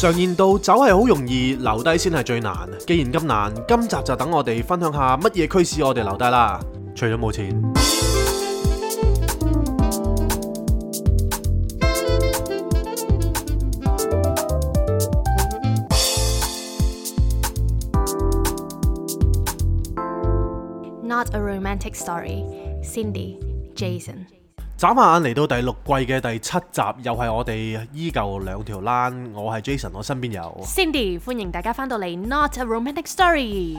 常言道，走係好容易，留低先係最難。既然咁難，今集就等我哋分享下乜嘢驅使我哋留低啦。除咗冇錢， Not a romantic story. Cindy, Jason。眨下眼嚟到第六季嘅第七集，又係我哋依舊兩條欄。我係 Jason，我身邊有。 Cindy，歡迎大家翻到嚟 Not a romantic story。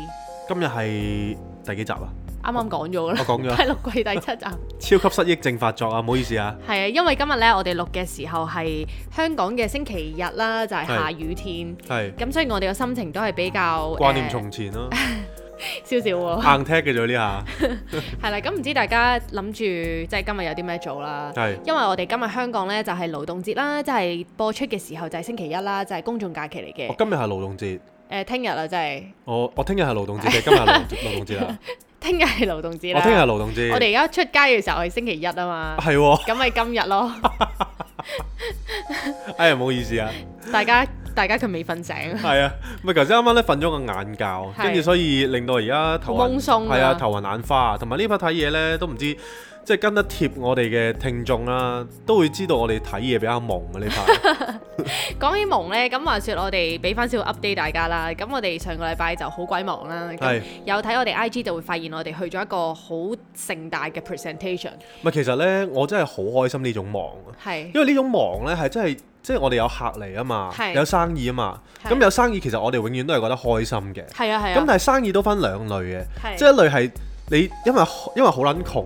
今日係第幾集啊？啱啱講咗啦，我講咗 第六季第七集。超級失憶症發作啊！唔好意思啊。係啊，因為今日呢，我哋錄嘅時候係香港嘅星期日啦，就係、下雨天。係咁所以我哋嘅心情都係比較掛念啊從前咯，呃少少喎。硬踢嘅咗呢下。係啦，咁唔知大家諗住即係今日有啲咩做啦？係 因為我哋今日香港呢，就係、勞動節啦，即係播出嘅時候就係星期一啦，就係、公眾假期嚟我嘅。今日係勞動節，誒，聽日啦，真係我我聽日係勞動節嘅，今日係勞勞動節啦。聽日 係勞動節我啦。哦聽日係勞動節。我哋而家出街嘅時候係星期一啊 嘛，係喎，咁咪今日咯。哎呀，唔好意思啊。大家大家佢未瞓醒，係啊，咪頭先啱啱咧瞓咗個晏覺，係跟住所以令到而家頭好暈懵鬆啊係啊頭暈眼花啊，同埋呢排睇嘢咧都唔知即係跟得貼我哋嘅聽眾啦，都會知道我哋睇嘢比較蒙啊呢 排。講起忙呢，咁話說我哋俾翻少少 update 大家啦。咁我哋上個禮拜就好鬼忙啦，咁係有睇我哋 IG 就會發現我哋去咗一個好盛大嘅 presentation，咪其實咧，我真係好開心呢種忙啊，係因為呢種忙咧係真係即係我哋有客嚟啊嘛，係有生意啊嘛，係咁有生意其實我哋永遠都係覺得開心嘅。係啊係咁啊，但係生意都分兩類嘅。係即係一類係你因為因為好撚 窮，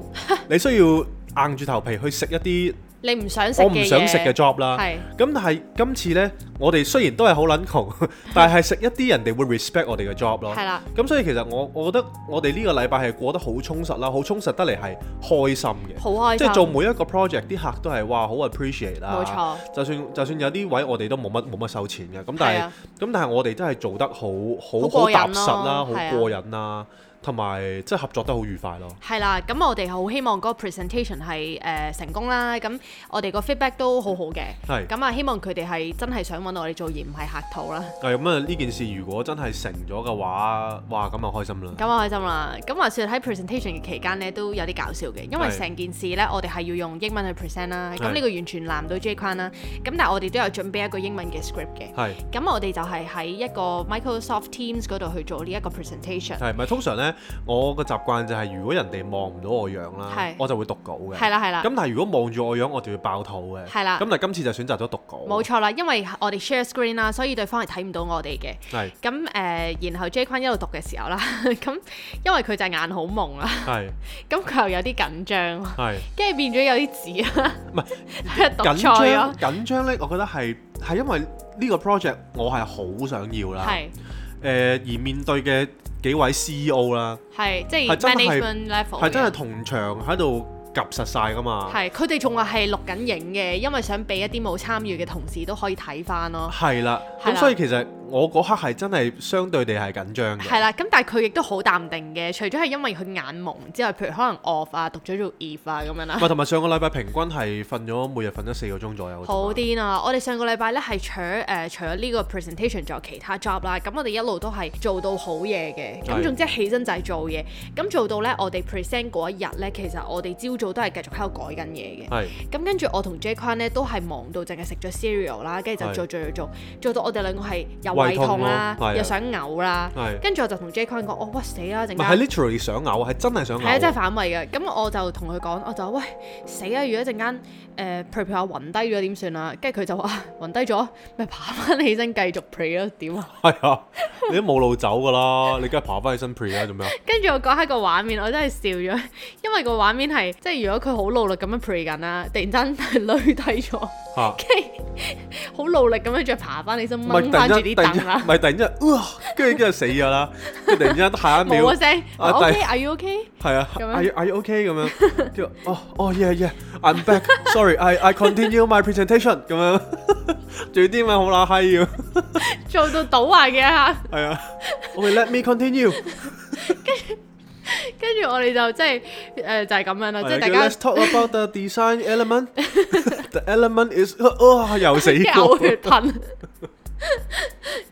你需要硬住頭皮去食一啲你唔想食我嘅唔想食嘅嘢 job 啦。係咁但係今次呢，我哋雖然都係好撚窮， 但係食一啲人哋會 respect 我哋嘅 job 咯。係啦。咁所以其實我我覺得我哋呢個禮拜係過得好充實啦，好充實得嚟係開心嘅。好開心，即係做每一個 project，啲客都係哇好 appreciate 啦。冇錯就算就算有啲位我哋都冇乜冇乜收錢嘅，咁但係係啊咁但係我哋真係做得好好好過好癮咯踏實啦，好係啊過癮啦，同埋即係合作得好愉快咯。係啦，咁我哋好希望嗰個 presentation 係誒、呃成功啦，咁我哋個 feedback 都好好嘅，係咁啊希望佢哋係真係想揾我哋做而唔係客套啦，係咁啊！呢件事如果真係成咗嘅話，哇咁啊開心啦！咁啊開心啦。咁話說喺 presentation 嘅期間呢，都有啲搞笑嘅，因為係成件事呢，我哋係要用英文去 present 啦，咁係呢個完全難唔到 J 框啦，咁但係我哋都有準備一個英文嘅 script 嘅。係咁我哋就係喺一個 Microsoft Teams 嗰度去做呢一個 presentation，係咪通常呢，我個習慣就係如果人哋望唔到我樣啦係，我就會讀稿嘅。係啦係啦咁但係如果望住我樣，我就會爆肚嘅。係啦咁但係今次就選擇咗讀稿。冇錯啦，因為我哋 share screen 啦，所以對方係睇唔到我哋嘅。係咁誒、呃然後 J 坤一路讀嘅時候啦， 咁因為佢就眼好蒙啦，係咁佢又有啲緊張， 係。跟住變咗有啲字啦，唔係喺 度讀緊錯張咗，緊張咧，我覺得係係因為呢個 project 我係好想要啦。係誒、而面對嘅幾位 CEO 啦，係即係係真係 management level 係真係嘅同場喺度夾實晒㗎嘛。係佢哋仲話係錄緊影嘅，因為想俾一啲冇參與嘅同事都可以睇翻咯。係啦，係咁啦所以其實我嗰刻係真係相對地係緊張係嘅。啦，咁但係佢亦都好淡定嘅，除咗係因為佢眼蒙之外，譬如可能 off 啊，讀咗做 if 啊咁樣啦。 喂，同埋上個禮拜平均係瞓咗每日瞓咗四個鐘左右。好。癲啊！我哋上個禮拜咧係除誒、呃除咗呢個 presentation，仲有其他 job 啦。咁我哋一路都係做到好夜嘅。咁係總之起身就係做嘢。咁做到咧，我哋 present 嗰一日咧，其實我哋朝早都係繼續喺度改緊嘢嘅。係咁跟住我同 J Kwan 咧都係忙到淨係食咗 cereal 啦，跟住就係做做做做，做到我哋兩個係又胃胃痛痛啦咯係啊，又想嘔啦係。跟住我就同 J Kwan 講：我哇死啦！陣唔係係間 literally 想嘔，係真係想嘔。係啊，真係反胃嘅。咁我就同佢講，我就話喂死啊！如果一陣間呃誒 pray pray 我暈低咗點算啊？跟住佢就話 暈低咗，咪爬翻起身繼續 pray 咯，點啊？ 係啊，你都冇路走㗎啦，你梗係爬翻起身 pre 啦，做咩啊？跟住我講下個畫面，我真係笑咗，因為個畫面係即係如果佢好努力咁樣 pray 緊啦，突然間 係攣低咗，嚇！好努力咁樣再爬翻起身唔係 掹突然翻住間，啲突然凳啊間，啦唔，係突然間，哇！跟住跟住死咗啦，跟住突然之間下一秒冇一聲。啊突 O 然 K，Are you OK？係啊咁樣，Are you Are you OK 咁樣？跟住哦哦 yeah yeah I'm back sorry I I continue my presentation 咁樣， 仲要啲咪好乸閪要做到倒壞嘅一下。係啊，OK let me continue，跟住我哋就即係誒就係咁樣啦，即係大係啊 Ờ, 家，Let's talk about the design element，the element is 哦又死即係嘔過血，噴。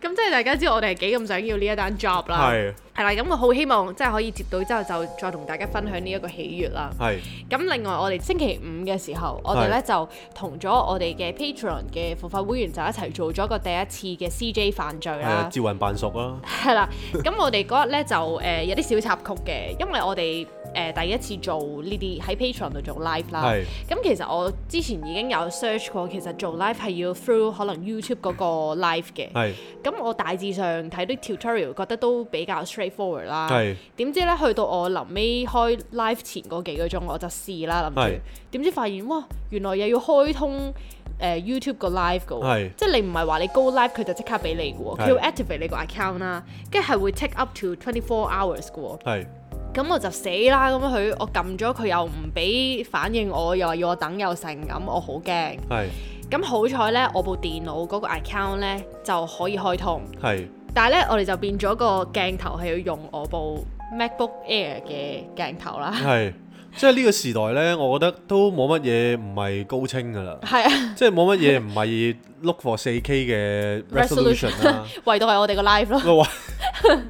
咁即係大家知道我哋係幾咁想要呢一單 job 啦。係係啦，咁我好希望即係可以接到之後就再同大家分享呢一個喜悅啦。係咁另外我哋星期五嘅時候，我哋咧就同咗我哋嘅 Patreon 嘅付費會員就一齊做咗個第一次嘅 CJ 犯罪係啊啦，照人扮熟啦，係啦。咁我哋嗰日咧就誒、呃有啲小插曲嘅，因為我哋誒、呃第一次做呢啲喺 Patreon 度做 live 啦。係咁其實我之前已經有 search 過，其實做 live 係要 through 可能 YouTube 嗰個 live 嘅。係咁我大致上睇啲 tutorial 覺得都比較 straightforward 啦。係點知咧，去到我臨尾開 live 前嗰幾個鐘，我就試啦，諗係住點知發現哇，原來又要開通誒、呃 YouTube 個 live 嘅喎係，即係你唔係話你 go live 佢就即刻俾你嘅喎，佢係要 activate 你個 account 啦，跟住係會 take up to twenty four hours 嘅喎，係咁我就死啦，咁佢我撳咗佢又唔俾反應我，又話要我等又成咁，我好驚。係咁好彩咧，我部電腦嗰個 account 咧就可以開通。係但係咧，我哋就變咗個鏡頭係要用我部 MacBook Air 嘅鏡頭啦。係，即係呢個時代咧，我覺得都冇乜嘢唔係高清噶啦。係啊，即係冇乜嘢唔係 look for 4K 嘅 resolution à. 啦，唯獨係我哋個 live 咯。喂喂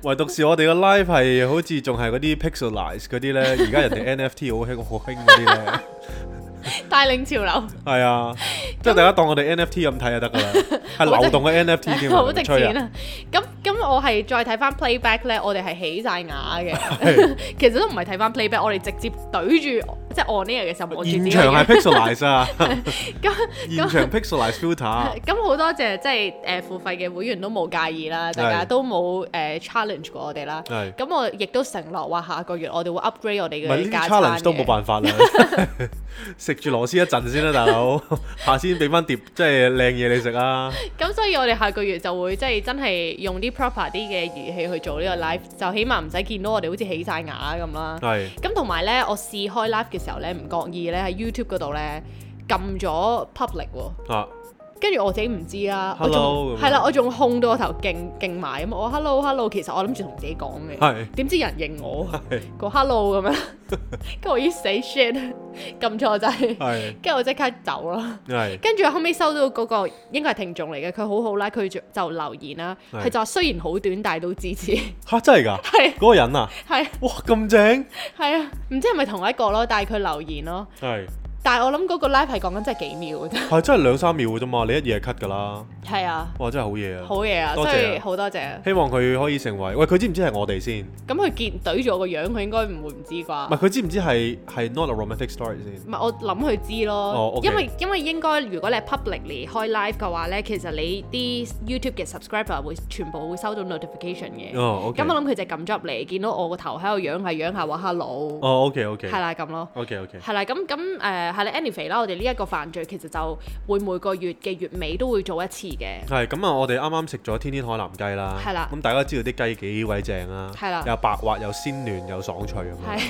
唯獨是我哋嘅 live 係好似仲係嗰啲 pixelize 嗰啲呢。而家人哋 NFT 好興好興嗰啲呢。嗯帶領潮流，係啊，即係大家當我哋 NFT 咁睇就得㗎啦， 係流動嘅 NFT 添啊，好值吹錢啊，啊！咁咁，我係再睇翻 playback 咧，我哋係起晒牙嘅。 係其實都唔係睇翻 playback，我哋直接對住即係 on air 嘅時候望住自現己場係嘅。 pixelize 啊， 咁現場 pixelize filter 啊咁好多謝即係誒付費嘅會員都冇介意啦，大家係都冇誒 challenge 過我哋啦。係，咁我亦都承諾話下個月我哋會 upgrade 我唔係哋嘅呢啲架撐 challenge 都嘅冇辦 法啦，食住螺絲一陣先啦，大佬，下先俾翻碟即係靚嘢你食 啊，咁所以我哋下個月就會即係真係用啲 proper 啲嘅儀器去做呢個 live，就起碼唔使見到我哋好似起晒牙咁啦。係咁同埋呢，我試開 live 嘅時候呢，唔覺意呢喺 YouTube 嗰度呢撳咗 public 喎，啊。跟住我自己唔知啦。 Hello，咁我仲樣係啦，我仲控到我頭勁勁埋咁，我 hello hello，其實我諗住同自己講嘅，係點知人認我係個 hello 咁樣，跟住我已死 shit 撳錯掣，係跟住我即刻走啦。係跟住後尾收到嗰個應該係聽眾嚟嘅，佢好好啦，佢就就留言啦，係佢就話雖然好短，但係都支持， 吓真係㗎，係嗰個人啊，係哇咁正，係啊，唔知係咪同一個咯，但係佢留言咯，係但係我諗嗰個 live 係講緊真係幾秒嘅啫，係真係兩三秒嘅啫嘛，你一夜 cut 㗎啦，係啊，哇真係好嘢啊！好嘢啊，多謝啊所以好多謝啊，希望佢可以成為，喂佢知唔知係我哋先？咁佢見對住我個樣，佢應該唔會唔知唔啩係。佢知唔知係係 not a romantic story 先？唔係我諗佢知咯，哦，OK 因為因為應該如果你係 publicly 開 live 嘅話咧，其實你啲 YouTube 嘅 subscriber 會全部會收到 notification 嘅。哦，OK 咁我諗佢就撳咗入嚟，見到我個頭喺度仰下仰下話 hello。哦，OK OK 係啦咁咯。 OK OK 係啦，咁咁誒係啦，anyway 啦，我哋呢一個犯罪其實就會每個月嘅月尾都會做一次嘅，係咁啊！我哋啱啱食咗天天海南雞啦，係啦咁大家知道啲雞幾鬼正啦，係啦又白滑又鮮嫩又爽脆咁樣。係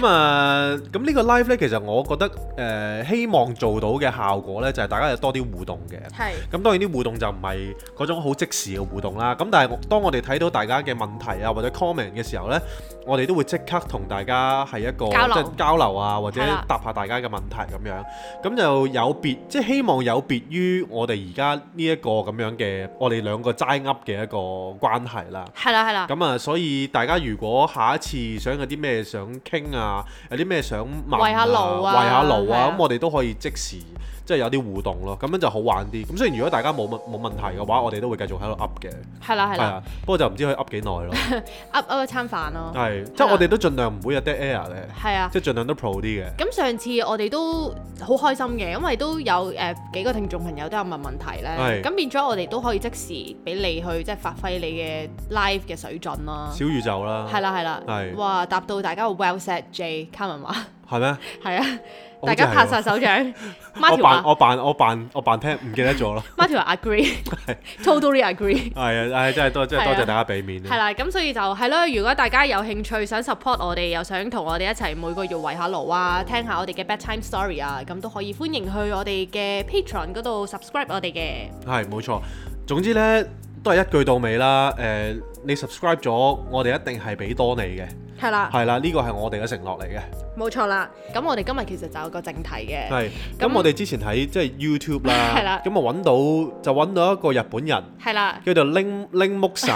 咁啊，咁呢個 live 呢，其實我覺得誒、呃希望做到嘅效果呢，就係、大家有多啲互動嘅。係咁當然啲互動就唔係嗰種好即時嘅互動啦。咁但係我當我哋睇到大家嘅問題啊或者 comment 嘅時候呢，我哋都會即刻同大家係一個交流即係交流啊，或者係啦答下大家嘅問題咁樣。咁就有別，即係希望有別於我哋而家呢一個咁樣嘅我哋兩個齋噏嘅一個關係啦。係啦係啦，咁啊，所以大家如果下一次想有啲咩想傾啊，有啲咩想問圍下路啊圍下路係啊，啊咁我哋都可以即時即係有啲互動咯，咁樣就好玩啲。咁雖然如果大家冇問冇問題嘅話，我哋都會繼續喺度噏嘅，係啦係係啦啊。不過就唔知可以噏幾耐咯， ，up up 一餐飯咯，係即係我哋都盡量唔會有 dead air 咧，係啊。即係盡量都 pro 啲嘅。咁上次我哋都好開心嘅，因為都有誒、呃、幾個聽眾朋友都有問問題咧，係咁變咗我哋都可以即時俾你去即係發揮你嘅 live 嘅水準啦。小宇宙啦，係啦係啦，啊係哇！答到大家好 well said J Carmen 話係咩？係啊， 我大家真係拍喎晒啊手掌。 我 Martin 話扮。我扮我扮我扮聽唔記得 咗咯， Martin 話 agree，totally agree。係啊，唉，真係多真係多係啊謝大家俾面係啊，啦，咁所以就係咯。如果大家有興趣想 support 我哋，又想同我哋一齊每個月圍下爐啊，聽下我哋嘅 bedtime story 啊，咁都可以歡迎去我哋嘅 Patreon 嗰度 subscribe 我哋嘅。係冇錯。總之呢，都係一句到尾啦，誒，你 subscribe 咗，我哋一定係俾多你嘅。係啦，係啦，呢個係我哋嘅承諾嚟嘅。冇錯啦。咁我哋今日其實就有個正題嘅，係，咁咁我哋之前喺即係 YouTube 係啦啦，咁我揾到就揾到一個日本 人。係啦，叫做鈴鈴木神，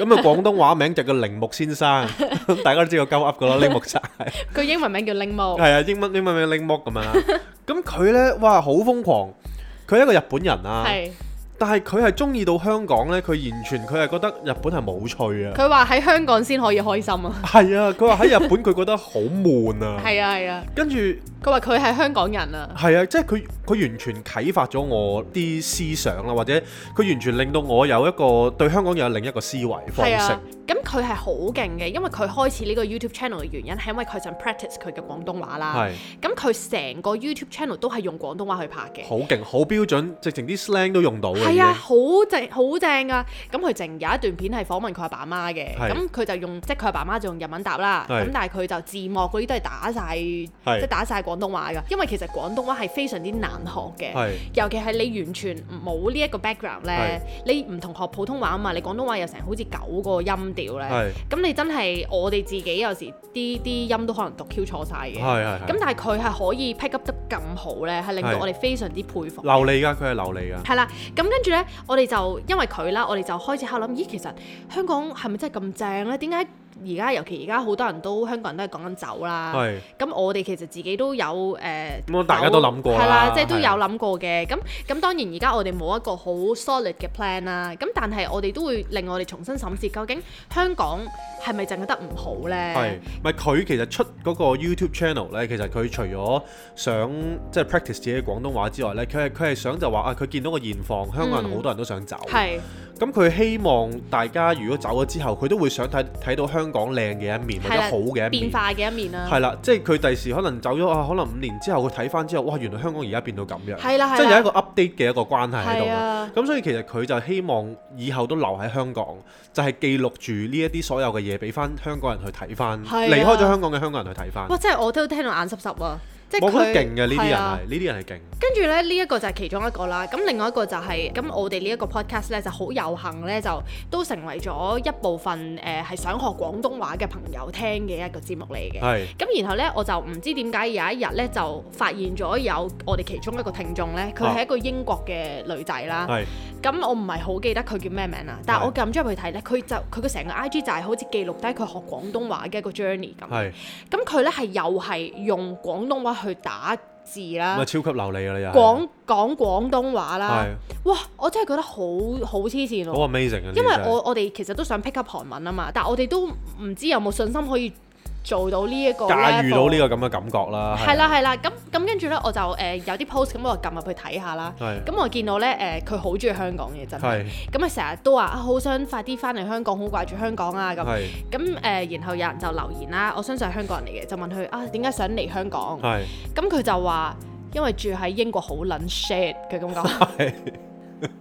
咁啊廣東話名就叫鈴木 先生，咁大家都知道鳩噏噶啦，鈴木神佢英文名叫鈴木，係啊，英文英文名鈴木咁樣 啦。咁佢呢，哇，好瘋狂！佢係一個日本人啊，係但係佢係中意到香港呢，佢完全佢係覺得日本係冇趣啊。佢話喺香港先可以開心啊，係啊，佢話喺日本佢覺得好悶 啊。係啊係啊，跟住佢話佢係香港人啊，係啊，即係佢佢完全啟發咗我啲思想啊啦，或者佢完全令到我有一個對香港有另一個思維方係式啊。，咁佢係好勁嘅，因為佢開始呢個 YouTube channel 嘅原因係因為佢想 practice 佢嘅廣東話啦，係。咁佢成個 YouTube channel 都係用廣東話去拍嘅。好勁，好標準，直情啲 slang 都用到嘅。係啊，好正好正啊！咁佢淨有一段片係訪問佢阿爸媽嘅，係咁佢就用即係佢阿爸媽就用日文答啦，係咁但係佢就字幕嗰啲都係打晒，即係打晒廣東話㗎，因為其實廣東話係非常之難學嘅係。尤其係你完全冇呢一個 background 咧，你唔同學普通話啊嘛，你廣東話有成好似九個音調係咧，咁你真係我哋自己有時啲啲音都可能讀 Q 錯晒嘅，係係係咁但係佢係可以 pick up 得咁好咧，係令到係我哋非常之佩服。流利㗎，佢係流利㗎。係啦，咁跟住呢，我哋就因為佢啦，我哋就開始喺度諗，咦，其實香港係咪真係咁正呢？點解而家尤其而家好多人都香港人都係講緊酒啦？係咁我哋其實自己都有誒，呃咁大家都諗過啦啊係啦，即係都係有諗過嘅。咁咁當然而家我哋冇一個好 solid 嘅 plan 啦。咁但係我哋都會令我哋重新審視，究竟香港係咪淨係得唔好係呢？，咪佢其實出嗰個 YouTube channel 呢？其實佢除咗想即係 practice 自己嘅廣東話之外呢，佢係佢係想就話啊，佢見到個現況，香港人嗯好多人都想走。係咁佢希望大家如果走咗之後，佢都會想睇睇到香港靚嘅一面或者啦好嘅一變面。化嘅一面啊啦。係啦，即係佢第時可能走咗啊，可能五年之後佢睇翻之後，哇！原來香港而家變到咁樣，係啦係啊啦即係有一個 update 嘅一個關係喺度係啦啊。咁所以其實佢就希望以後都留喺香港，就係記錄住呢一啲所有嘅嘢，俾翻香港人去睇翻，係啊離開咗香港嘅香港人去睇翻。哇！真係我都聽到眼濕濕啊！即係我覺得佢勁嘅呢啲係人啊係，呢啲人係勁。跟住咧，呢一個就係其中一個啦。咁另外一個就係、咁，我哋呢一個 podcast 咧就好有幸咧，就都成為咗一部分誒係、想學廣東話嘅朋友聽嘅一個節目嚟嘅。係咁然後咧，我就唔知點解有一日咧就發現咗有我哋其中一個聽眾咧，佢啊係一個英國嘅女仔啦。係咁我唔係好記得佢叫咩名啦，但係我撳咗入去睇咧，佢就佢嘅成個 IG 就係好似記錄低佢學廣東話嘅一個 journey 咁。係，咁佢咧係又係用廣東話去打字啦咁啊。超級流利㗎啦又係。啊講講廣東話啦係，哇！我真係覺得好好黐線好咯， amazing 啊！因為我我哋其實都想 pick up 韓文啊嘛，但係我哋都唔知有冇信心可以做到呢一個駕馭到 level 呢個咁嘅啊感覺啦。係啦係啦，咁咁跟住咧我就誒、呃有啲 post 咁我就撳入去睇下啦，係咁我見到咧誒佢好中意香港嘅真係係，咁啊成日都話啊好想快啲翻嚟香港，好掛住香港啊咁，係咁誒、呃然後有人就留言啦，我相信係香港人嚟嘅，就問佢啊點解想嚟香港？係咁佢就話因為住喺英國好撚 shit，佢咁講。 係。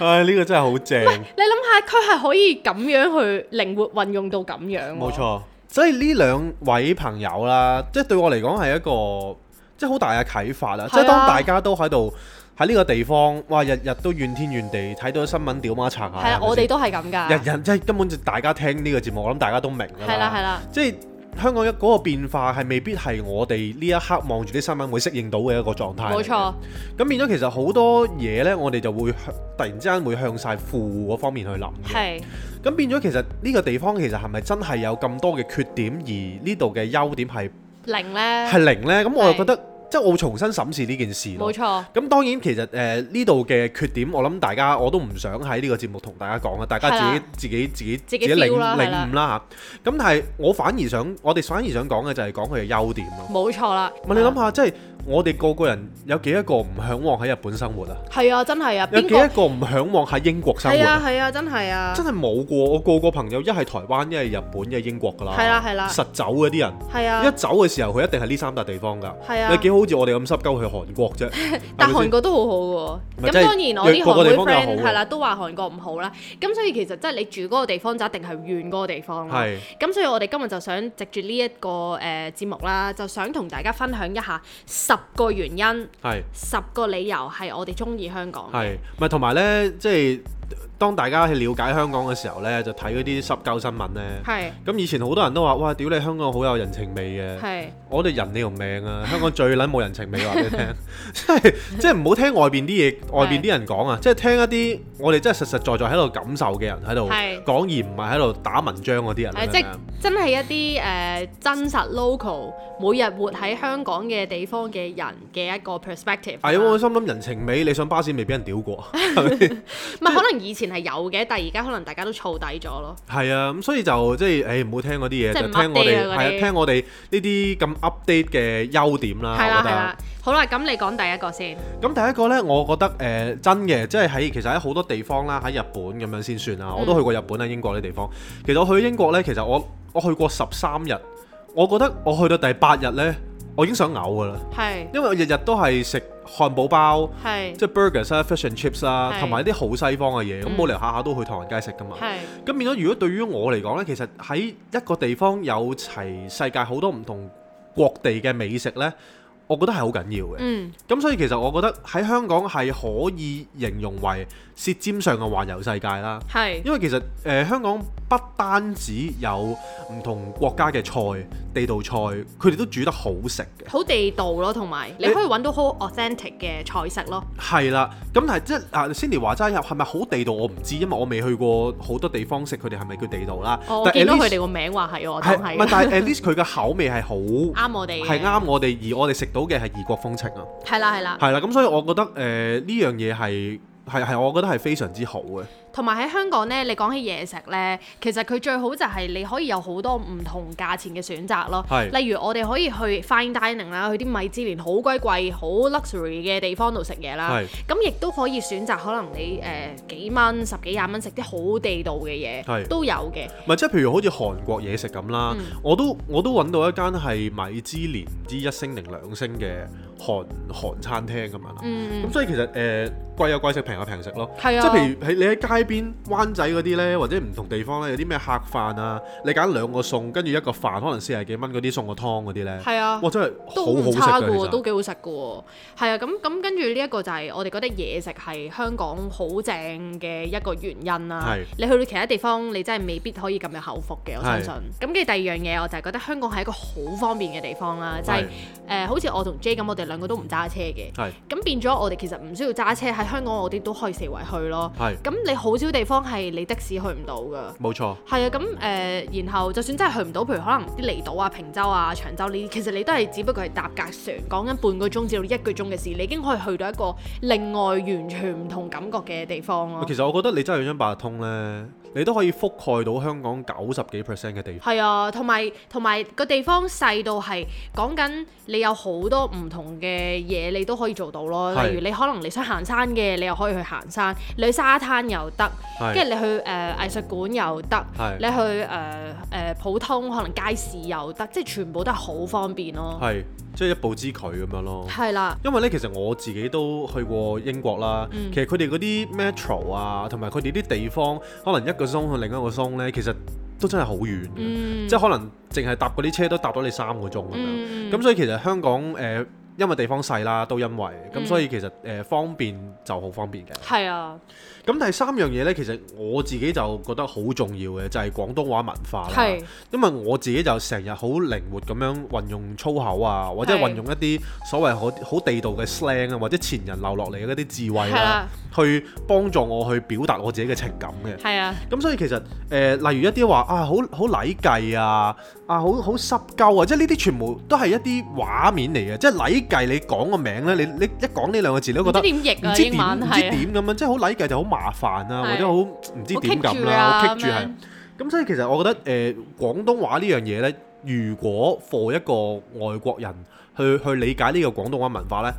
唉，呢個真係好正。啊你諗下，佢係可以咁樣去靈活運用到咁樣喎，冇錯，所以呢兩位朋友啦，即係對我嚟講係一個即係好大嘅啟發啦。係啊即係當大家都喺度喺呢個地方，哇！日日都怨天怨地，睇到新聞屌媽擦下。係啦啊係，咪我哋先都係咁㗎，日日即係根本就大家聽呢個節目，我諗大家都明㗎係啦係啦，即係香港一嗰個變化係未必係我哋呢一刻望住啲新聞會適應到嘅一個狀態。冇錯。，咁變咗其實好多嘢呢，我哋就會向突然之間會向晒負嗰方面去諗嘅。係咁變咗其實呢個地方其實係咪真係有咁多嘅缺點，而呢度嘅優點係零係咧，零呢？咁我又係覺得即係我會重新審視呢件事咯冇。錯，咁當然其實誒呢度嘅缺點，我諗大家我都唔想喺呢個節目同大家講啦，啊大家係啦自己自己自己自己領 feel 啦係啦領悟啦嚇。咁但係我反而想，我哋反而想講嘅就係講佢嘅優點咯。冇錯啦。咪你諗下，即係我哋個個人有幾一個唔向往喺日本生活啊？係啊，真係啊，有幾邊一個？個唔向往喺英國生活係啊啊？係啊，真係啊，真係冇過，我個個朋友一係台灣，一係日本，一係英國㗎啦。係啦係啦實走嗰啲人，係一啊，走嘅時候佢一定係呢三笪地方㗎。係啊你幾好似我哋咁濕鳩去韓國 啫，但係咪韓先國都好好咪喎。咁真係當然我啲個個韓地妹方都有好嘅 friend 係啦，都話韓國唔好啦。咁所以其實即係你住嗰個地方就一定係遠嗰個地方啦。係咁所以我哋今日就想藉住呢一個誒節目啦，就想同大家分享一下十個原因。係十個理由係我哋中意香港嘅，係，咪同埋呢，即係當大家去了解香港嘅時候呢，就睇嗰啲濕鳩新聞呢。係咁以前好多人都話：哇，屌你香港好有人情味嘅。係我哋人你條命啊！香港最撚冇人情味，話俾你聽， 即係即係唔好聽外邊啲嘢，外邊啲人講啊！即係聽一啲我哋真係實實在在喺度感受嘅人喺度係講，而唔係喺度打文章嗰啲人。係你即明唔明啊真係一啲誒、呃真實 local 每日活喺香港嘅地方嘅人嘅一個 perspective 啦。係啊！我心諗人情味，你上巴士未俾人屌過？ 唔係可能以前係有嘅，但係而家可能大家都燥底咗咯。係啊，咁所以就即係誒唔好聽嗰啲嘢，即係就唔聽我 update 哋啊嗰係啊啲聽我哋呢啲咁 update 嘅優點啦。係啦啊我係覺得啦。，好啦，咁你講第一個先。咁第一個呢，我覺得誒、呃真嘅，即係喺其實喺好多地方啦，喺日本咁樣先算啊啦。我都去過日本啦、英國啲地方。其實我去英國呢，其實我我去過十三日，我覺得我去到第八日呢，我已經想嘔㗎啦，係因為我日日都係食漢堡包，係即係 burgers 啦、fish and chips 啦，係同埋啲好西方嘅嘢，咁嗯冇理由下下都去唐人街食㗎嘛。係咁變咗，如果對於我嚟講呢，其實喺一個地方有齊世界好多唔同國地嘅美食呢，我覺得係好緊要嘅。嗯咁所以其實我覺得喺香港係可以形容為舌尖上嘅環遊世界啦，係因為其實誒、呃香港不單止有唔同國家嘅菜、地道菜，佢哋都煮得好食嘅。好地道咯，同埋你你可以揾到好 authentic 嘅菜式咯。係啦，咁但係即係啊，Cindy 話齋入係咪好地道我唔知，因為我未去過好多地方食佢哋係咪叫地道啦。我哦我但見 at 到佢 least- 哋個名話係喎我當係唔係？係 但係 at least 佢嘅口味係好啱我哋嘅係啱我哋，而我哋食到嘅係異國風情啊。係啦係啦。係啦，咁所以我覺得誒呢、樣嘢係係係，我覺得係非常之好嘅。同埋喺香港呢，你講起嘢食呢，其實佢最好就係你可以有好多唔同價錢嘅選擇咯。係例如我哋可以去 fine dining 啦，去啲米芝蓮好鬼貴、好 luxury 嘅地方度食嘢啦係。咁亦都可以選擇可能你誒、呃、幾蚊、十幾廿蚊食啲好地道嘅嘢，係都有嘅。唔係即係譬如好似韓國嘢食咁嗯啦，我都我都揾到一間係米芝蓮唔知一星定兩星嘅韓韓餐廳咁樣啦。咁、所以其實誒、呃、貴有貴食，平有平食咯。嗯係啊即係譬如喺你喺街邊灣仔嗰啲呢，或者唔同地方呢，有啲咩客飯啊，你揀兩個餸，跟住一個飯可能四十幾蚊嗰啲送個湯嗰啲呢，係啊。哇真係都好唔好差食嘅㗎喎，其都實。幾好食嘅喎。係啊，咁咁跟住呢一個就係我哋覺得嘢食係香港好正嘅一個原因啦係。你去到其他地方，你真係未必可以咁有口福嘅，我相係信。咁跟住第二樣嘢，我就係覺得香港係一個好方便嘅地方啦，就係、係誒，好似我同 J 咁，我哋兩個都唔揸車嘅。係咁變咗我哋其實唔需要揸車，喺香港我哋都可以四圍去咯。係咁你好少地方係你的士去唔到㗎。冇錯，係啊，咁誒、呃然後就算真係去唔到，譬如可能啲離島啊、平洲啊、長洲呢啲，其實你都係只不過係搭架船，講緊半個鐘至到一個鐘嘅事，你已經可以去到一個另外完全唔同感覺嘅地方啊咯。其實我覺得你真係用張八達通呢，你都可以覆蓋到香港九十幾 percent 嘅地方。係啊，同埋同埋個地方細到係講緊你有好多唔同嘅嘢，你都可以做到咯。係例如你可能你想行山嘅，你又可以去行山；你去沙灘又得，係跟住你去誒、呃、藝術館又得，係你去誒誒、呃呃普通可能街市又得，即係全部都係好方便咯。係，即係一步之距咁樣咯。係啦，因為咧，其實我自己都去過英國啦。嗯其實佢哋嗰啲 metro 啊，同埋佢哋啲地方，可能一個鐘去另一個鐘呢，其實都真係好遠嘅。即係可能淨係搭嗰啲車都搭到你三個鐘咁樣。嗯咁所以其實香港誒、呃因為地方細啦，都因為嗯咁，所以其實誒、呃方便就好方便嘅。係啊，咁第三樣嘢呢，其實我自己就覺得好重要嘅，就係、廣東話文化啦係。因為我自己就成日好靈活咁樣運用粗口啊，或者係運用一啲所謂好好地道嘅 slang 啊，或者前人留落嚟嘅嗰啲智慧係啦啦，去幫助我去表達我自己嘅情感嘅。係啊，咁所以其實誒、呃例如一啲話啊，好好禮計啊，啊，好好濕鳩啊，即係呢啲全部都係一啲畫面嚟嘅，即係禮計你講個名呢，你你一講呢兩個字，你都唔覺得知。點唔譯啊知英點文唔知係啊，點咁樣，即係好禮計就好麻煩啊，係或者好唔知點好棘咁住啦，啊好棘住咁樣係。咁所以其實我覺得誒、呃、廣東話呢樣嘢呢，如果 for 一個外國人去去理解呢個廣東話文化呢，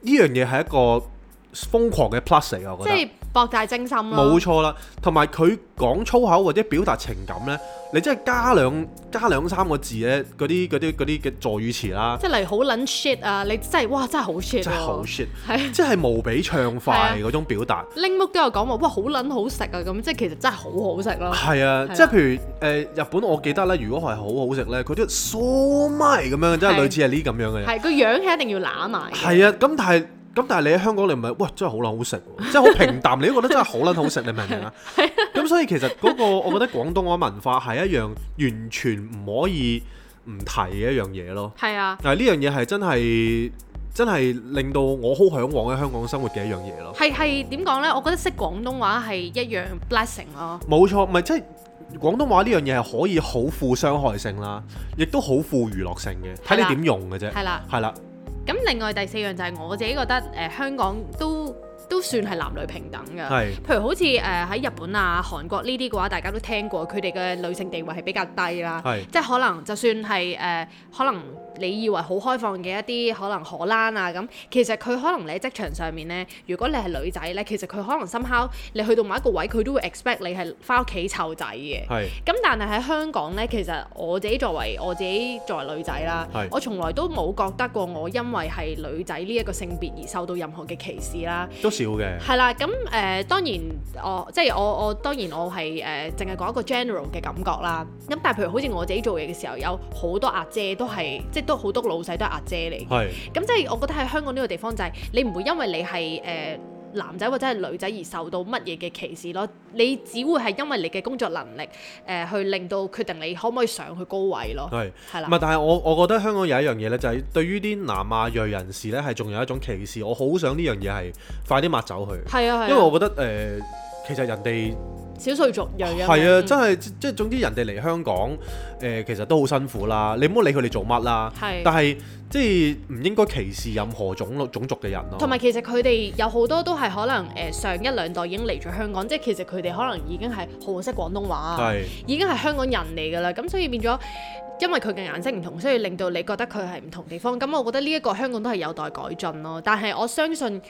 呢樣嘢係一個瘋狂嘅 plus 嚟嘅，我覺即得。係博大精深咯。冇錯啦，同埋佢講粗口或者表達情感呢，你真係加兩加兩三個字呢，嗰啲嗰啲嗰啲嘅助語詞啦，即係例如好撚 shit 啊！你真係哇，真係好 shit 真係好喎。 shit，係即係無比暢快係啊嗰種表達。拎木都有講話，哇，好撚好食啊！咁即係其實真係好好食咯。係啊，係啊即係譬如誒、呃日本，我記得咧，如果係好好食咧，佢都 so my 咁樣，即係係類似係呢咁樣嘅嘢。係個樣係一定要揦埋嘅。係啊，咁但係咁但係你喺香港，你唔係哇，真係好撚好食喎， 即係好平淡，你都覺得真係好撚好食，你明唔明 啊？咁所以其實嗰個， 我覺得廣東話文化係一樣完全唔可以唔提嘅一樣嘢咯。係啊，但係呢樣嘢係真係真係令到我好嚮往喺香港生活嘅一樣嘢咯。係係點講呢？我覺得識廣東話係一樣 blessing 咯。冇錯，咪即係廣東話呢樣嘢係可以好富傷害性啦，亦都好富娛樂性嘅，睇係啦你點用嘅啫。係啦，係啦，啊咁另外第四樣就係我自己覺得誒、呃香港都都算係男女平等嘅。係譬如好似誒喺日本啊、韓國呢啲嘅話，大家都聽過佢哋嘅女性地位係比較低啦。係即係可能就算係誒、呃可能你以為好開放嘅一啲，可能荷蘭啊咁，其實佢可能你喺職場上面呢，如果你係女仔呢，其實佢可能 somehow 你去到某一個位，佢都會 expect 你係翻屋企湊仔嘅。係咁但係喺香港呢，其實我自己作為我自己作為女仔啦係，我從來都冇覺得過我因為係女仔呢一個性別而受到任何嘅歧視啦。都少嘅，係啦，咁誒、呃、當然我即係我我當然我係誒淨係講一個 general 嘅感覺啦。咁但係譬如好似我自己做嘢嘅時候，有好多阿姐都係即係都好多老細都係阿姐嚟。係咁即係我覺得喺香港呢個地方就係你唔會因為你係誒、呃男仔或者係女仔而受到乜嘢嘅歧視咯，你只會係因為你嘅工作能力誒、呃去令到決定你可唔可以上去高位咯，係。係啦唔係，，但係我我覺得香港有一樣嘢咧，就係、對於啲南亞裔人士咧，係仲有一種歧視。我好想呢樣嘢係快啲抹走佢，係啊係啊，因為我覺得誒、呃其實人哋少數族裔啊嘛，係啊，嗯真係即即係總之人哋嚟香港誒、呃其實都好辛苦啦。你唔好理佢哋做乜啦，係但係即係唔應該歧視任何種類種族嘅人咯。同埋其實佢哋有好多都係可能誒、呃上一兩代已經嚟咗香港，即係其實佢哋可能已經係好識廣東話啊，係已經係香港人嚟㗎啦，咁所以變咗。因為佢嘅顏色唔同，所以令到你覺得佢係唔同地方。咁我覺得呢一個香港都係有待改進咯。但係我相信，誒、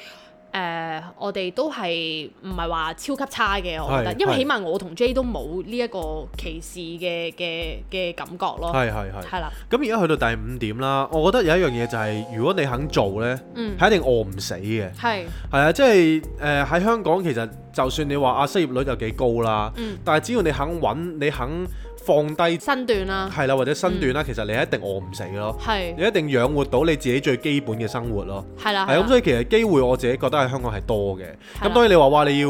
我哋都係唔係話超級差嘅？我覺得，係因為係起碼我同 J 都冇呢一個歧視嘅嘅嘅感覺咯。係係係。係啦，咁而家去到第五點啦，我覺得有一樣嘢就係、如果你肯做呢，嗯，係一定餓唔死嘅。係，係啊，即係誒喺香港其實就算你話啊失業率有幾高啦，嗯，但係只要你肯揾，你肯放低身段啦，係啦或者身段啦，其實你一定餓唔死咯，係，你一定養活到你自己最基本嘅生活咯。係啦，啊係咁，以所以其實機會我自己覺得喺香港係啊多嘅。係啦咁當然你話哇，你要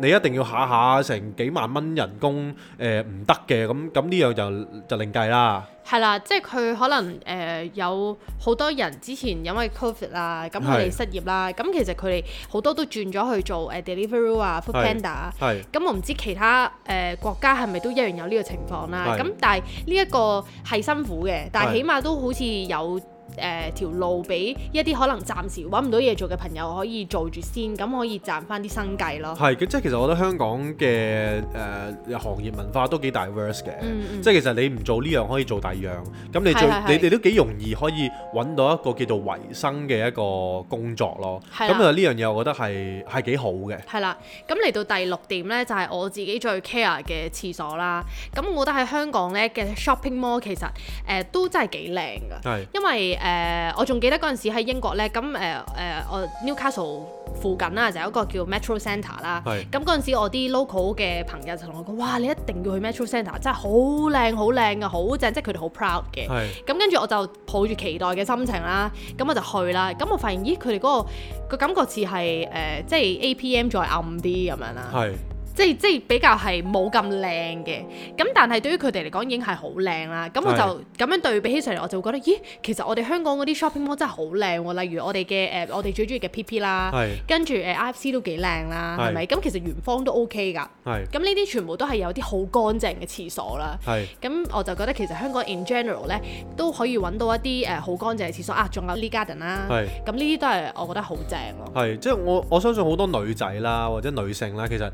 你一定要下下成幾萬蚊人工誒唔得嘅，咁咁呢樣就就另計啦。係啦，即係佢可能誒、呃有好多人之前因為 Covid 啦，咁佢哋係失業啦，咁其實佢哋好多都轉咗去做誒、呃 Deliveroo 啊、Food 係 Panda 啊。係咁我唔知其他誒、呃、國家係咪都一樣有呢個情況啦。係咁但係呢一個係辛苦嘅，但係係起碼都好似有誒、呃、條路俾一啲可能暫時揾唔到嘢做嘅朋友可以做住先，咁可以賺翻啲生計咯。係，即係其實我覺得香港嘅誒、呃行業文化都幾 diverse 嘅。嗯嗯，即係其實你唔做呢樣可以做第二樣，咁你係係係最你哋都幾容易可以揾到一個叫做維生嘅一個工作咯。係咁啦啊呢樣嘢我覺得係係幾好嘅。係啦，咁嚟到第六點呢，就係、我自己最 care 嘅廁所啦。咁我覺得喺香港呢嘅 shopping mall 其實誒、呃都真係幾靚㗎，係因為誒、呃我仲記得嗰陣時喺英國呢，咁誒誒我 Newcastle 附近啦就有一個叫 Metro Centre 啦。係 咁嗰陣時，我啲 local 嘅朋友就同我講：哇，你一定要去 Metro Centre，真係好靚好靚啊，好正！即係佢哋好 proud 嘅。係咁跟住我就抱住期待嘅心情啦，咁我就去啦。咁我發現，咦，佢哋嗰個個感覺似係誒，即係 APM 再暗啲咁樣啦，係即係即係比較係冇咁靚嘅。咁但係對於佢哋嚟講已經係好靚啦。咁我就咁樣對比起上嚟，我就會覺得，咦，其實我哋香港嗰啲 shopping mall 真係好靚喎。例如我哋嘅呃誒，我哋最中意嘅 PP 啦，係跟住呃誒 IFC 都幾靚啦，係係咪？咁其實元芳都 OK 㗎。係咁呢啲全部都係有啲好乾淨嘅廁所啦。係咁我就覺得其實香港 in general 咧都可以揾到一啲呃誒好乾淨嘅廁所啊，仲有 Lee Garden 啦，係咁呢啲都係我覺得好正咯。係，即係我我相信好多女仔啦或者女性啦，其實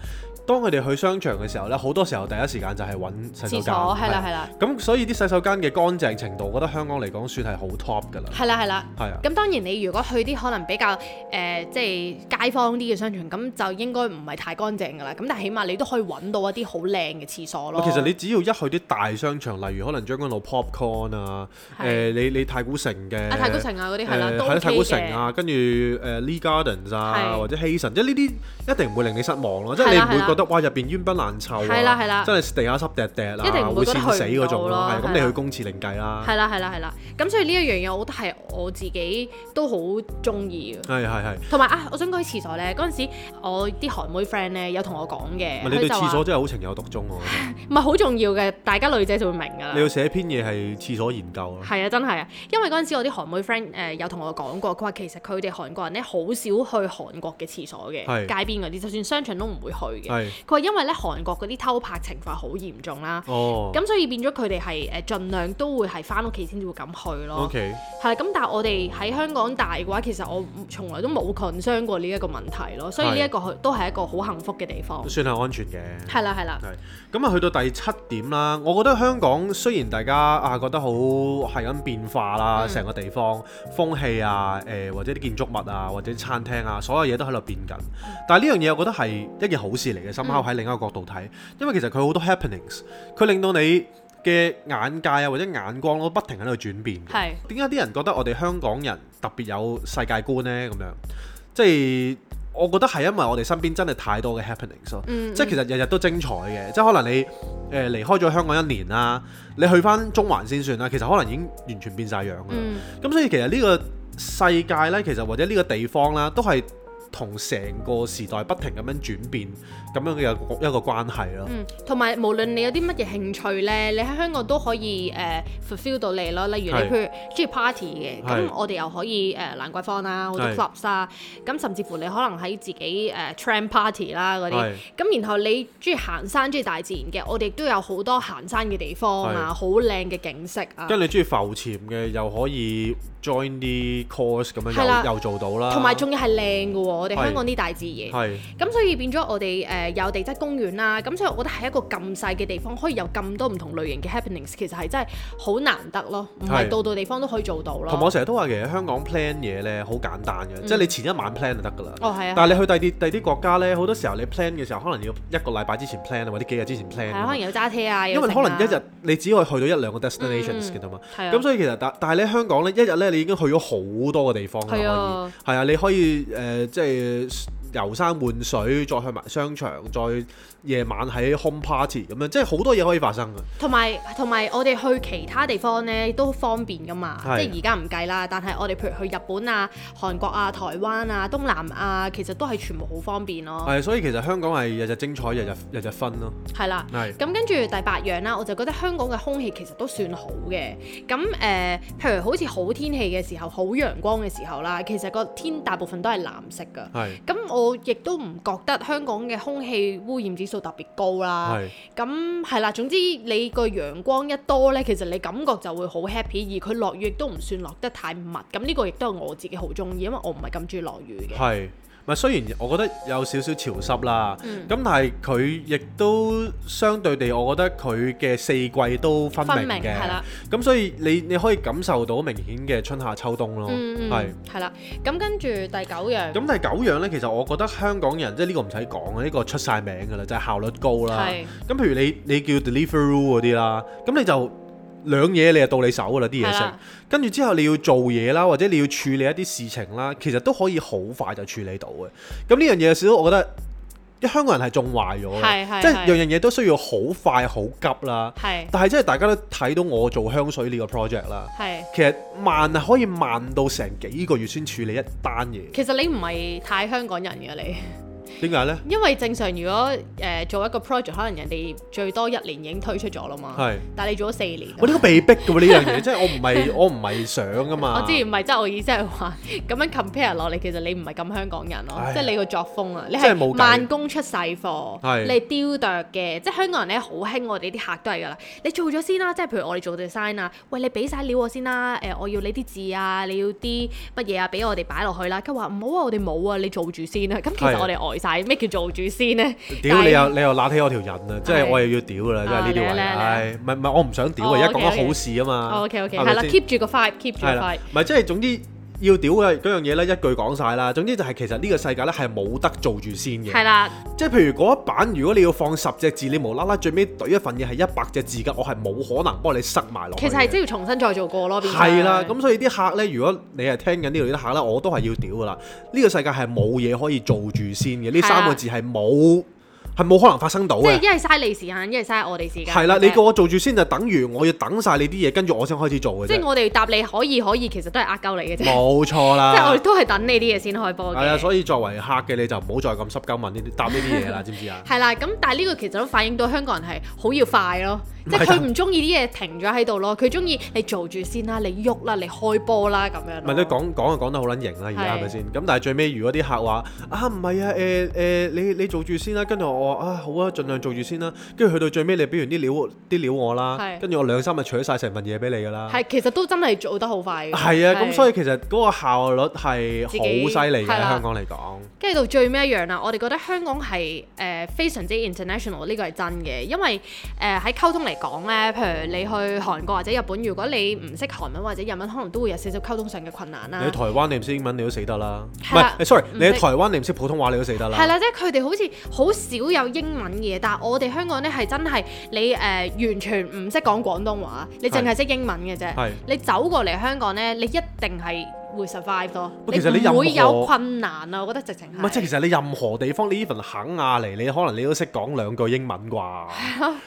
當佢哋去商場嘅時候呢，好多時候第一時間就係揾洗手間。廁所係啦係啦咁所以啲洗手間嘅乾淨程度，我覺得香港嚟講算係好 top 㗎啦。係啦係啦。係啊，咁當然你如果去啲可能比較誒、呃即係街坊啲嘅商場，咁就應該唔係太乾淨㗎啦。咁但係起碼你都可以揾到一啲好靚嘅廁所咯。哦其實你只要一去啲大商場，例如可能將軍澳 Popcorn 啊，誒、係你你太古城嘅啊太古城啊嗰啲係啦，誒係都 OK 啦太古城嘅。啊，跟住誒 Lee Gardens 啊，係或者 Hazen，即係呢啲一定唔會令你失望咯，即係係你啦唔會覺得得哇入邊冤不難湊啊，係啦係啦真係地下濕滴滴一定啊，會唔會覺跣得死嗰種去唔咯。到係咯咁，係你啦去公廁另計啦。係啦係啦係啦，咁所以呢一樣嘢，我覺得係我自己都好中意嘅。係係係，同埋啊，我想講喺廁所咧，嗰陣時我啲韓妹 friend 咧有同我講嘅，咪你對佢就話廁所真係好情有獨鍾，我覺得。唔係好重要嘅，大家女仔就會明㗎啦你。要寫篇嘢係廁所研究咯。係啊，真係啊，因為嗰陣時我啲韓妹 friend 誒、有同我講過，佢話其實佢哋韓國人咧好少去韓國嘅廁所嘅，係街邊嗰啲，就算商場都唔會去嘅。係佢話因為咧韓國嗰啲偷拍情況好嚴重啦，哦。咁、所以變咗佢哋係誒盡量都會係翻屋企先至會咁去咯。 OK，係啦，咁但係我哋喺香港大嘅話，其實我從來都冇 concern 過呢一個問題咯，所以呢一個都係一個好幸福嘅地方。算係安全嘅。係啦係啦，咁啊，去到第七點啦，我覺得香港雖然大家啊覺得好係咁變化啦，成、個地方風氣啊，誒、或者啲建築物啊，或者餐廳啊，所有嘢都喺度變緊。但係呢樣嘢，我覺得係一件好事嚟嘅，深刻喺另一個角度睇，因為其實佢好多 happenings，佢令到你嘅眼界啊或者眼光都不停喺度轉變嘅。係點解啲人覺得我哋香港人特別有世界觀呢？咁樣即係我覺得係因為我哋身邊真係太多嘅 happenings 咯。嗯，即係其實日日都精彩嘅，即係可能你誒、呃、離開咗香港一年啦，你去翻中環先算啦，其實可能已經完全變晒樣㗎啦。嗯咁、所以其實呢個世界呢，其實或者呢個地方啦，都係同成個時代不停咁樣轉變咁樣嘅一個一個關係咯。嗯，同埋無論你有啲乜嘢興趣咧，你喺香港都可以誒、呃 fulfill 到你咯。例如你係譬如中意 party 嘅，係咁我哋又可以誒、呃、蘭桂坊啦，好多係 clubs 啦，咁甚至乎你可能喺自己誒、呃 tram party 啦嗰係啲，啊咁然後你中意行山、中意大自然嘅，我哋都有好多行山嘅地方啊，好靚嘅景色啊。跟住你中意浮潛嘅，又可以 join 啲 course 咁係啦樣又又做到啦。同埋仲要係靚嘅喎，我哋係香港啲大自然，係咁所以變咗我哋誒、呃有地質公園啦，咁所以我覺得係一個咁細嘅地方，可以有咁多唔同類型嘅 happenings，其實係真係好難得咯，唔係係到到地方都可以做到同埋我咯。成日都話其實香港 plan 嘢呢好簡單嗯嘅，即係你前一晚 plan 就得㗎啦。哦，係啊，但係你去第啲第啲國家呢，好多時候你 plan 嘅時候，可能要一個禮拜之前 plan 啊，或者幾日之前係 plan 啊，可能啊。有揸車啊，因有為可能一剩日啊你只可以去到一兩個 destinations 嗯嘅啫嘛。係啊，咁所以其實但但係咧香港呢，一日呢，你已經去咗好多個地方啦，可以係啊係啊，你可以誒、呃即係遊山玩水，再去埋商場，再夜晚喺 home party 咁樣，即係好多嘢可以發生嘅。同埋同埋我哋去其他地方咧都方便噶嘛，係即係而家唔計啦。但係我哋譬如去日本啊、韓國啊、台灣啊、東南亞，其實都係全部好方便咯。係，所以其實香港係日日精彩，日日日日分咯。係啦。係咁跟住第八樣啦，我就覺得香港嘅空氣其實都算好嘅。咁誒、呃譬如好似好天氣嘅時候、好陽光嘅時候啦，其實個天大部分都係藍色㗎。係咁我亦都唔覺得香港嘅空氣污染指數特別高啦。係咁係啦，總之你個陽光一多呢，其實你感覺就會好 happy，而佢落雨亦都唔算落得太密。咁呢個亦都係我自己好中意，因為我唔係咁中意落雨嘅。係。咪雖然我覺得有少少潮濕啦，咁、嗯但係佢亦都相對地，我覺得佢嘅四季都分分明明係嘅啦。咁所以你你可以感受到明顯嘅春夏秋冬咯，嗯哦係、嗯，係啦。咁跟住第九樣。咁第九樣呢，其實我覺得香港人即係呢個唔使講啊嘅，呢、個出晒名㗎啦，就係、效率高啦係。咁譬如你你叫 Deliveroo 嗰啲啦，咁你就兩嘢你就到你手㗎啦啲嘢係食啦，跟住之後你要做嘢啦，或者你要處理一啲事情啦，其實都可以好快就處理到嘅。咁呢樣嘢有少少我覺得。香港人係縱壞咗係係嘅，即係係樣樣嘢都需要好快好急啦。係但係即係大家都睇到我做香水呢個 project 啦，係。其實慢係可以慢到成幾個月先處理一單嘢。其實你唔係太香港人嘅你， 點解呢？因為正常如果誒、呃做一個 project，可能人哋最多一年已經推出咗啦嘛。 係但係你做咗四年啊㗎。我呢個被逼嘅喎呢樣嘢，即係我唔係我唔係想噶嘛。我之前唔係，即係我意思係話咁樣 compare 落嚟，其實你唔係咁香港人咯唉，即係你個作風啊，你真係冇計係慢工出細係貨，你係雕琢嘅，即係香港人咧好興，我哋啲客都係㗎啦，你做咗先啦，即係譬如我哋做 design 啊，喂你俾晒料我先啦，誒、我要你啲字啊，你要啲乜嘢啊，俾我哋擺落去啦，佢話唔好啊，我哋冇啊，你做住先啦，咁其係實我哋呆晒，咩叫做住先呢？屌但係你又你又揦起我條癮啊！即係係我又要屌啦，即係呢啲啊位，你啊唉，唔係唔係，我唔想屌啊！哦而家講 OK，OK 緊好事啊嘛。 OK OK，係咪係啦先，keep 住個 vibe，keep 住個係啦 vibe，，唔係即係總之要屌嘅嗰樣嘢咧，一句講晒啦。總之就係其實呢個世界咧係冇得做住先係嘅。啦，即係譬如嗰一版，如果你要放十隻字，你無啦啦最尾懟一份嘢係一百隻字㗎，我係冇可能幫你塞埋落去其嘅。實係即係要重新再做過咯，變相係啦，咁所以啲客呢，如果你係聽緊呢度啲客呢，我都係要屌噶啦。呢、個世界係冇嘢可以做住先嘅，呢係啊三個字係冇係冇可能發生到即係嘅。一係嘥你時間，一係嘥我哋時間。啊係啦，你叫我做住先就等於我要等晒你啲嘢，跟住我先開始做嘅即係啫。我哋答你可以可以，其實都係呃鳩你嘅啫。 冇錯啦。即係我哋都係等你啲嘢先開波嘅。係啊，所以作為客嘅你就唔好再咁濕鳩問呢啲答呢啲嘢啦，知唔知啊？ 係啦，咁但係呢個其實都反映到香港人係好要快咯，即係 係啊佢唔中意啲嘢停咗喺度咯，佢中意你做住先啦，你喐啦，你開波啦咁樣咯。唔係你講講就講得好撚型啦，而家係係咪先？咁但係最尾如果啲客話啊唔係啊誒誒、你你做住先啦，跟住我話啊好啊，盡量做住先啦，跟住去到最尾你俾完啲料啲料我啦，係跟住我兩三日取晒成份嘢俾你㗎啦。係其實都真係做得好快嘅。係啊，咁所以以其實嗰個效率係自好己犀利嘅，係啦香港嚟講。跟住到最尾一樣啦，我哋覺得香港係誒、呃非常之 international 呢個係真嘅，因為誒喺、溝通嚟講咧，譬如你去韓國或者日本，如果你唔識韓文或者日文，可能都會有少少溝通上嘅困難啦。你喺台灣你唔識英文你都死得啦，唔啊係啦係嗯，sorry，唔識你喺台灣你唔識普通話你都死得係啦。啦，即係佢哋好似好少有英文嘅嘢，但係我哋香港呢係真係你誒、呃完全唔識講廣東話，你淨係識英文嘅啫。係。你走過嚟香港呢，你一定係會 survive 咯。喂其實你任唔何會有困難啊！我覺得直情唔係，即係係。其實你任何地方，你 even 肯亞嚟，你可能你都識講兩句英文啩。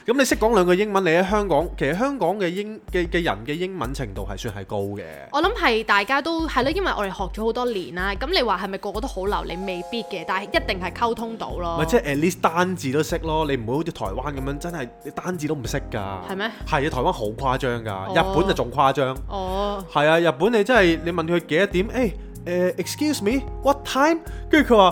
咁你識講兩句英文，你喺香港，其實香港嘅英嘅嘅人嘅英文程度係算係高嘅。我諗係大家都係咯，因為我哋學咗好多年啦。咁你話係咪個個都好流利？未必嘅，但係一定係溝通到唔咯。係即係 at least 單字都識咯，你唔會好似台灣咁樣，真係你單字都唔識㗎。係咩？係啊，台灣好誇張㗎，哦日本就仲誇張。哦，係啊，日本你真係你問佢幾多點？誒、誒、e x c u s e me，what time？跟住佢話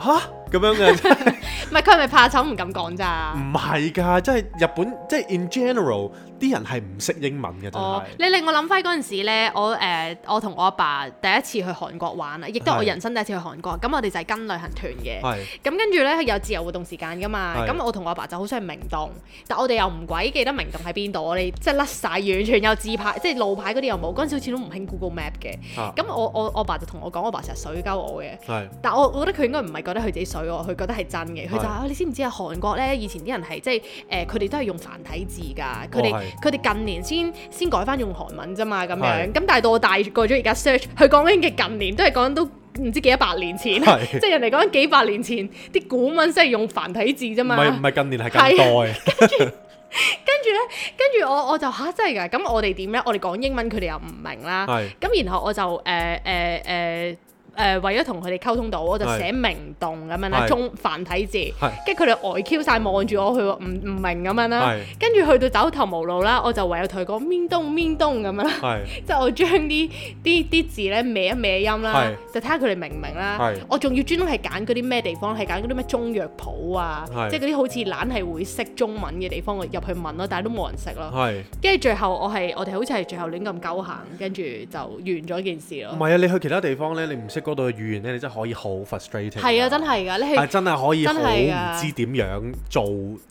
吓，咁樣嘅。 唔係佢係咪怕醜唔敢講咋？唔係㗎，即係日本，即係 in general，啲人係唔識英文嘅，真哦係。，你令我諗翻嗰陣時咧，我誒、呃我同我阿爸第一次去韓國玩啊，亦都係我係人生第一次去韓國。咁我哋就係跟旅行團嘅，係咁跟住咧有自由活動時間噶嘛。係咁我同我阿爸就好想去明洞，但我哋又唔鬼記得明洞喺邊度，我哋即係甩晒，完全有字牌，即係路牌嗰啲又冇。嗰陣時好似都唔興 Google Map 嘅。啊咁我我我阿爸就同我講，我阿爸成日水鳩我嘅。係但我我覺得佢應該唔係覺得佢自己水喎，佢覺得係真嘅。佢就話：啊你知唔知啊？韓國咧以前啲人係即係誒，佢哋都係用繁體字㗎。佢哋哦佢哋近年先先改翻用韓文啫嘛，咁樣。係咁但係到我大個咗，而家 search 佢講緊嘅近年都係講到唔知幾多百年 前，係即係人哋講緊幾百年前啲古文先係用繁體字啫唔嘛。係唔係近年係近代跟住咧，跟住我我就吓、真係㗎。咁我哋點咧？我哋講英文，佢哋又唔明啦。 係咁然後我就呃誒誒誒誒，呃為咗同佢哋溝通到，我就係寫明洞咁樣啦，係中繁體字係，跟住佢哋呆 Q 晒望住我，佢話唔唔明咁樣啦係。跟住去到走投無路啦，我就唯有同佢講面東面東咁樣啦，係即係我將啲啲啲字咧歪一歪音啦，就睇下佢哋明唔明啦係。我仲要專登係揀嗰啲咩地方，係揀嗰啲咩中藥鋪啊，係即係嗰啲好似懶係會識中文嘅地方，我入去問咯，但係都冇人識 咯。係。跟住最後我係我哋好似係最後亂咁鳩行，跟住就完咗件事唔咯。係啊，你去其他地方咧，你唔識嗰度嘅語言咧，你真係可以好 frustrating。係啊，真。係㗎，你係係真係可以好真係唔㗎知點樣做，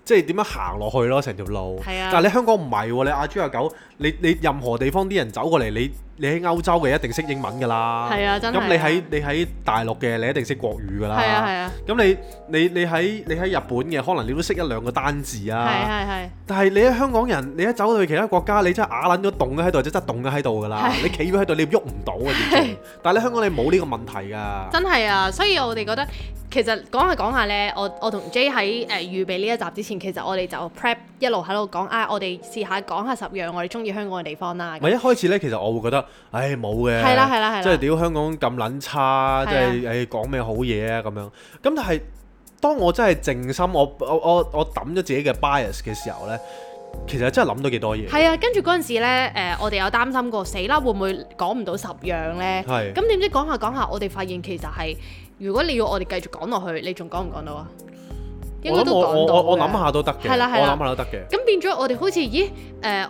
即係點樣行落去咯，成條路。係啊但係你香港唔係喎，你阿豬阿狗，你你任何地方啲人走過嚟，你你喺歐洲嘅一定識英文㗎啦。係啊真係啊咁你喺你喺大陸嘅，你一定識國語㗎啦。係啊係啊咁你你你喺你喺日本嘅，可能你都識一兩個單字係啊。係係，但係你喺香港人，你一走到去其他國家，你真係啞撚咗凍咗喺度，即真係凍咗喺度㗎啦。你企咗喺度，你喐唔到啊！完全 但係你香港你冇呢個問題㗎。真係啊！所以我哋覺得其實講下講下咧，我我同 J 喺誒呃預備呢一集之前，其實我哋就 prep 一路喺度講啊，我哋試下講下十樣我哋中意香港嘅地方啦。唔係一開始咧，其實我會覺得，唉冇嘅，係啦係啦係啦即係屌香港咁撚差，即係啊係唉講咩好嘢啊咁樣。咁但係當我真係靜心，我我我我抌咗自己嘅 bias 嘅時候咧，其實真係諗到幾多嘢。係啊，跟住嗰陣時咧，誒、我哋有擔心過死啦，會唔會講唔到十樣咧？係咁點知講下講下，我哋發現其實係，如果你要我哋繼續講落去，你仲講唔講到啊？應我該諗都我講我到我我嘅諗。下都得嘅，係啦係我啦諗下都得嘅。咁變咗我哋好似，咦？誒、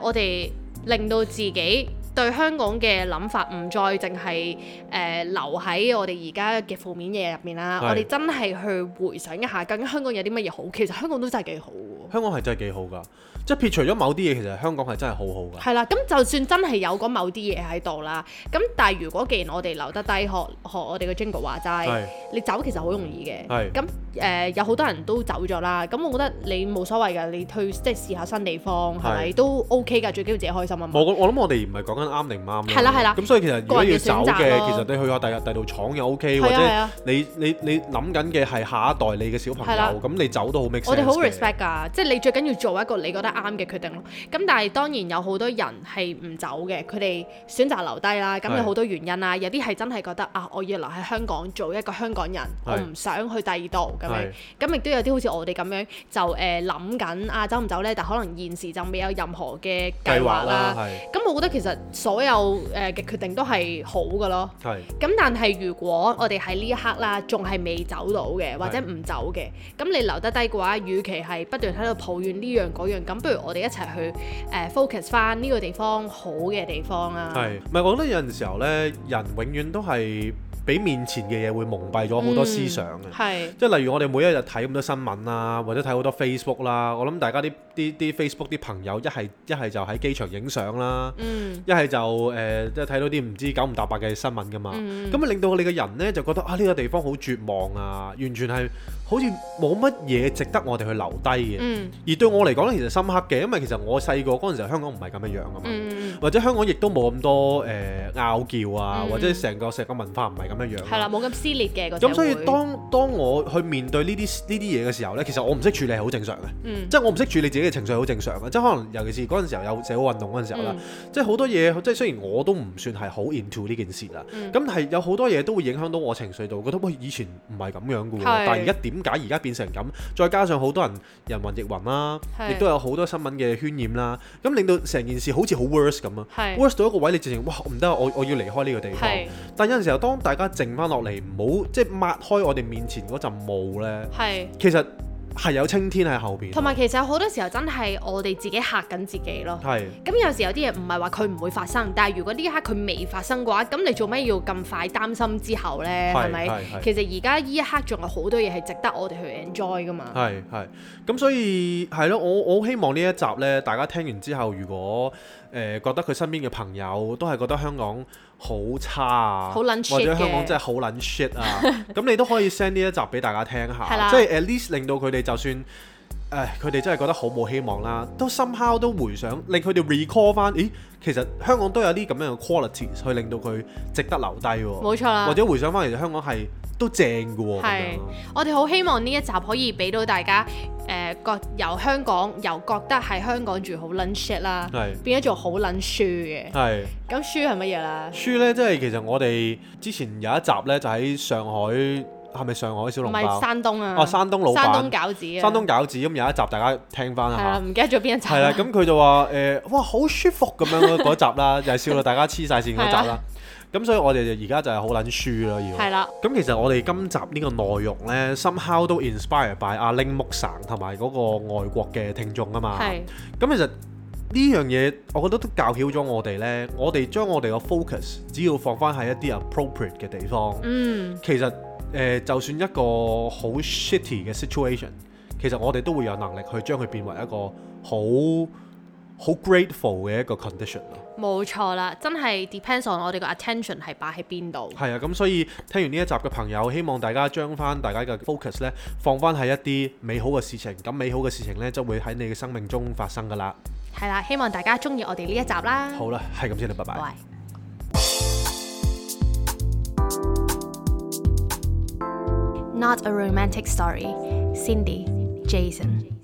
我哋令到自己對香港嘅諗法唔再淨係誒留喺我哋而家嘅負面嘢入面啦。係我哋真係去回想一下，究竟香港有啲乜嘢好？其實香港都真係幾好喎。香港係真係幾好㗎，即係撇除咗某啲嘢，其實香港係真係好好㗎。係啦，咁就算真係有嗰某啲嘢喺度啦，咁但係如果既然我哋留得低，學學我哋嘅 Jingle 話齋係，你走其實好容易嘅。係咁誒、有好多人都走咗啦，咁我覺得你冇所謂㗎，你去即係試下新地方係咪係都 OK 㗎？最緊要自己開心啊嘛。我我諗我哋唔係講緊啱定唔啱啦係啦係啦咁所以其實如果要走個人嘅選擇嘅，咯其實你去下第日第度廠又 OK，或係啊係者啊，你你你諗緊嘅係下一代你嘅小朋係啦友，咁你走都好 make sense 我哋好嘅 respect 㗎，即係你最緊要做一個你覺得啱嘅決定咯。咁但係當然有好多人係唔走嘅，佢哋選擇留低啦。咁係有好多原因啦，有啲係真係覺得啊，我要留喺香港做一個香港人，我唔想去第二度咁樣係。咁亦都有啲好似我哋咁樣就誒諗緊啊走唔走呢？但可能現時就未有任何嘅計計劃劃啦啦，。係咁我覺得其實所有誒嘅決定都係好嘅咯。係咁但係如果我哋喺呢一刻啦，仲係未走到嘅，或者唔走嘅，咁你留得低嘅話，與其係不斷喺度抱怨呢樣嗰樣，咁不如我哋一齊去誒、呃 focus 翻呢個地方好嘅地方啊。係，唔係我覺得有陣時候呢，人永遠都係俾面前嘅嘢會蒙蔽咗好多思想嘅。係即係例如我哋每一日睇咁多新聞啦，或者睇好多 Facebook 啦，我諗大家啲啲啲 Facebook 啲朋友一係一係就喺機場影相啦，嗯一係就誒即係睇到啲唔知九唔搭八嘅新聞噶嘛，嗯咁啊令到你個人呢，就覺得啊呢、個地方好絕望啊，完全係好似冇乜嘢值得我哋去留低嘅。嗯而對我嚟講呢，其實深刻嘅，因為其實我細個嗰陣時候香港唔係咁樣樣噶嘛。嗯，或者香港亦都冇咁多誒、呃拗撬啊，嗯或者成個成個文化唔係咁樣樣啊係啦，冇咁撕裂嘅個社咁所以會當當我去面對呢啲呢啲嘢嘅時候呢，其實我唔識處理係好正常嘅，嗯即係我唔識處理自己嘅情緒係好正常嘅，即係可能尤其是嗰陣時候有社會運動嗰陣時候啦，嗯即係好多嘢，即係雖然我都唔算係好 into 呢件事啦，嗯咁係有好多嘢都會影響到我情緒度，覺得喂以前唔係咁樣嘅喎，係但係而家點解而家變成咁？再加上好多人人雲亦雲啦，係亦都有好多新聞嘅渲染啦，咁令到成件事好似好 worse 咁啊！係 worst 到一個位，你直情哇唔得啊，我我要離開呢個地方。係但有陣時候，當大家靜翻落嚟，唔好即係抹開我哋面前嗰陣霧呢，係。其實係有青天喺後邊。同埋其實有好多時候真係我哋自己嚇緊自己咯。係咁有時有啲嘢唔係話佢唔會發生，但係如果呢一刻佢未發生嘅話，咁你做咩要咁快擔心之後呢？係係咪係？係其實而家呢一刻仲有好多嘢係值得我哋去 enjoy 噶嘛。係係，咁所以係咯，我我好希望呢一集呢，大家聽完之後，如果誒、呃、覺得佢身邊嘅朋友都係覺得香港好差啊，好撚 shit 或者香嘅港真係好撚 shit 啊， 咁你都可以 send 呢一集俾大家聽係啦下，即係呃 at least 令到佢哋就算。誒，佢哋真係覺得好冇希望啦，都 somehow 都回想，令佢哋 recall 翻，咦，其實香港都有啲咁樣嘅 quality 去令到佢值得留低喎，冇錯啦或者回想翻，其實香港係都正嘅喎，咁樣係咯我哋好希望呢一集可以俾到大家誒覺、由香港由覺得喺香港住好撚 shit 啦，係變咗做好撚輸嘅。係。咁輸係乜嘢啦？書呢，即係其實我哋之前有一集呢，就喺上海，係咪上海小唔籠係包？山東啊，哦山東老闆山東餃子啊，山東餃子咁有一集，大家聽翻係啦，下。唔記得咗邊一集係啦，咁佢就話誒、呃哇，好舒服咁樣咯，嗰集 啦，就係笑到大家黐晒線嗰集係啊啦。咁所以我哋就而家就係好撚書啦，要。係啦，咁其實我哋今集呢個內容呢 somehow 都 inspired by 阿鈴木省同埋嗰個外國嘅聽眾啊嘛。係咁其實呢樣嘢，我覺得都教曉咗我哋呢。我哋將我哋個 focus 只要放翻喺一啲 appropriate 嘅地方，嗯其實誒、呃就算一個好 shitty 嘅 situation，其實我哋都會有能力去將佢變為一個好好 grateful 嘅一個 condition 咯。冇錯啦，真係 depends on 我哋個 attention 係擺喺邊度。係啊，咁所以聽完呢一集嘅朋友，希望大家將翻大家嘅 focus 呢放翻喺一啲美好嘅事情，咁美好嘅事情呢，就會喺你嘅生命中發生噶啦。係啦，希望大家中意我哋呢一集啦。好啦，係咁先啦，拜拜。喂。Not a romantic story. Cindy, Jason.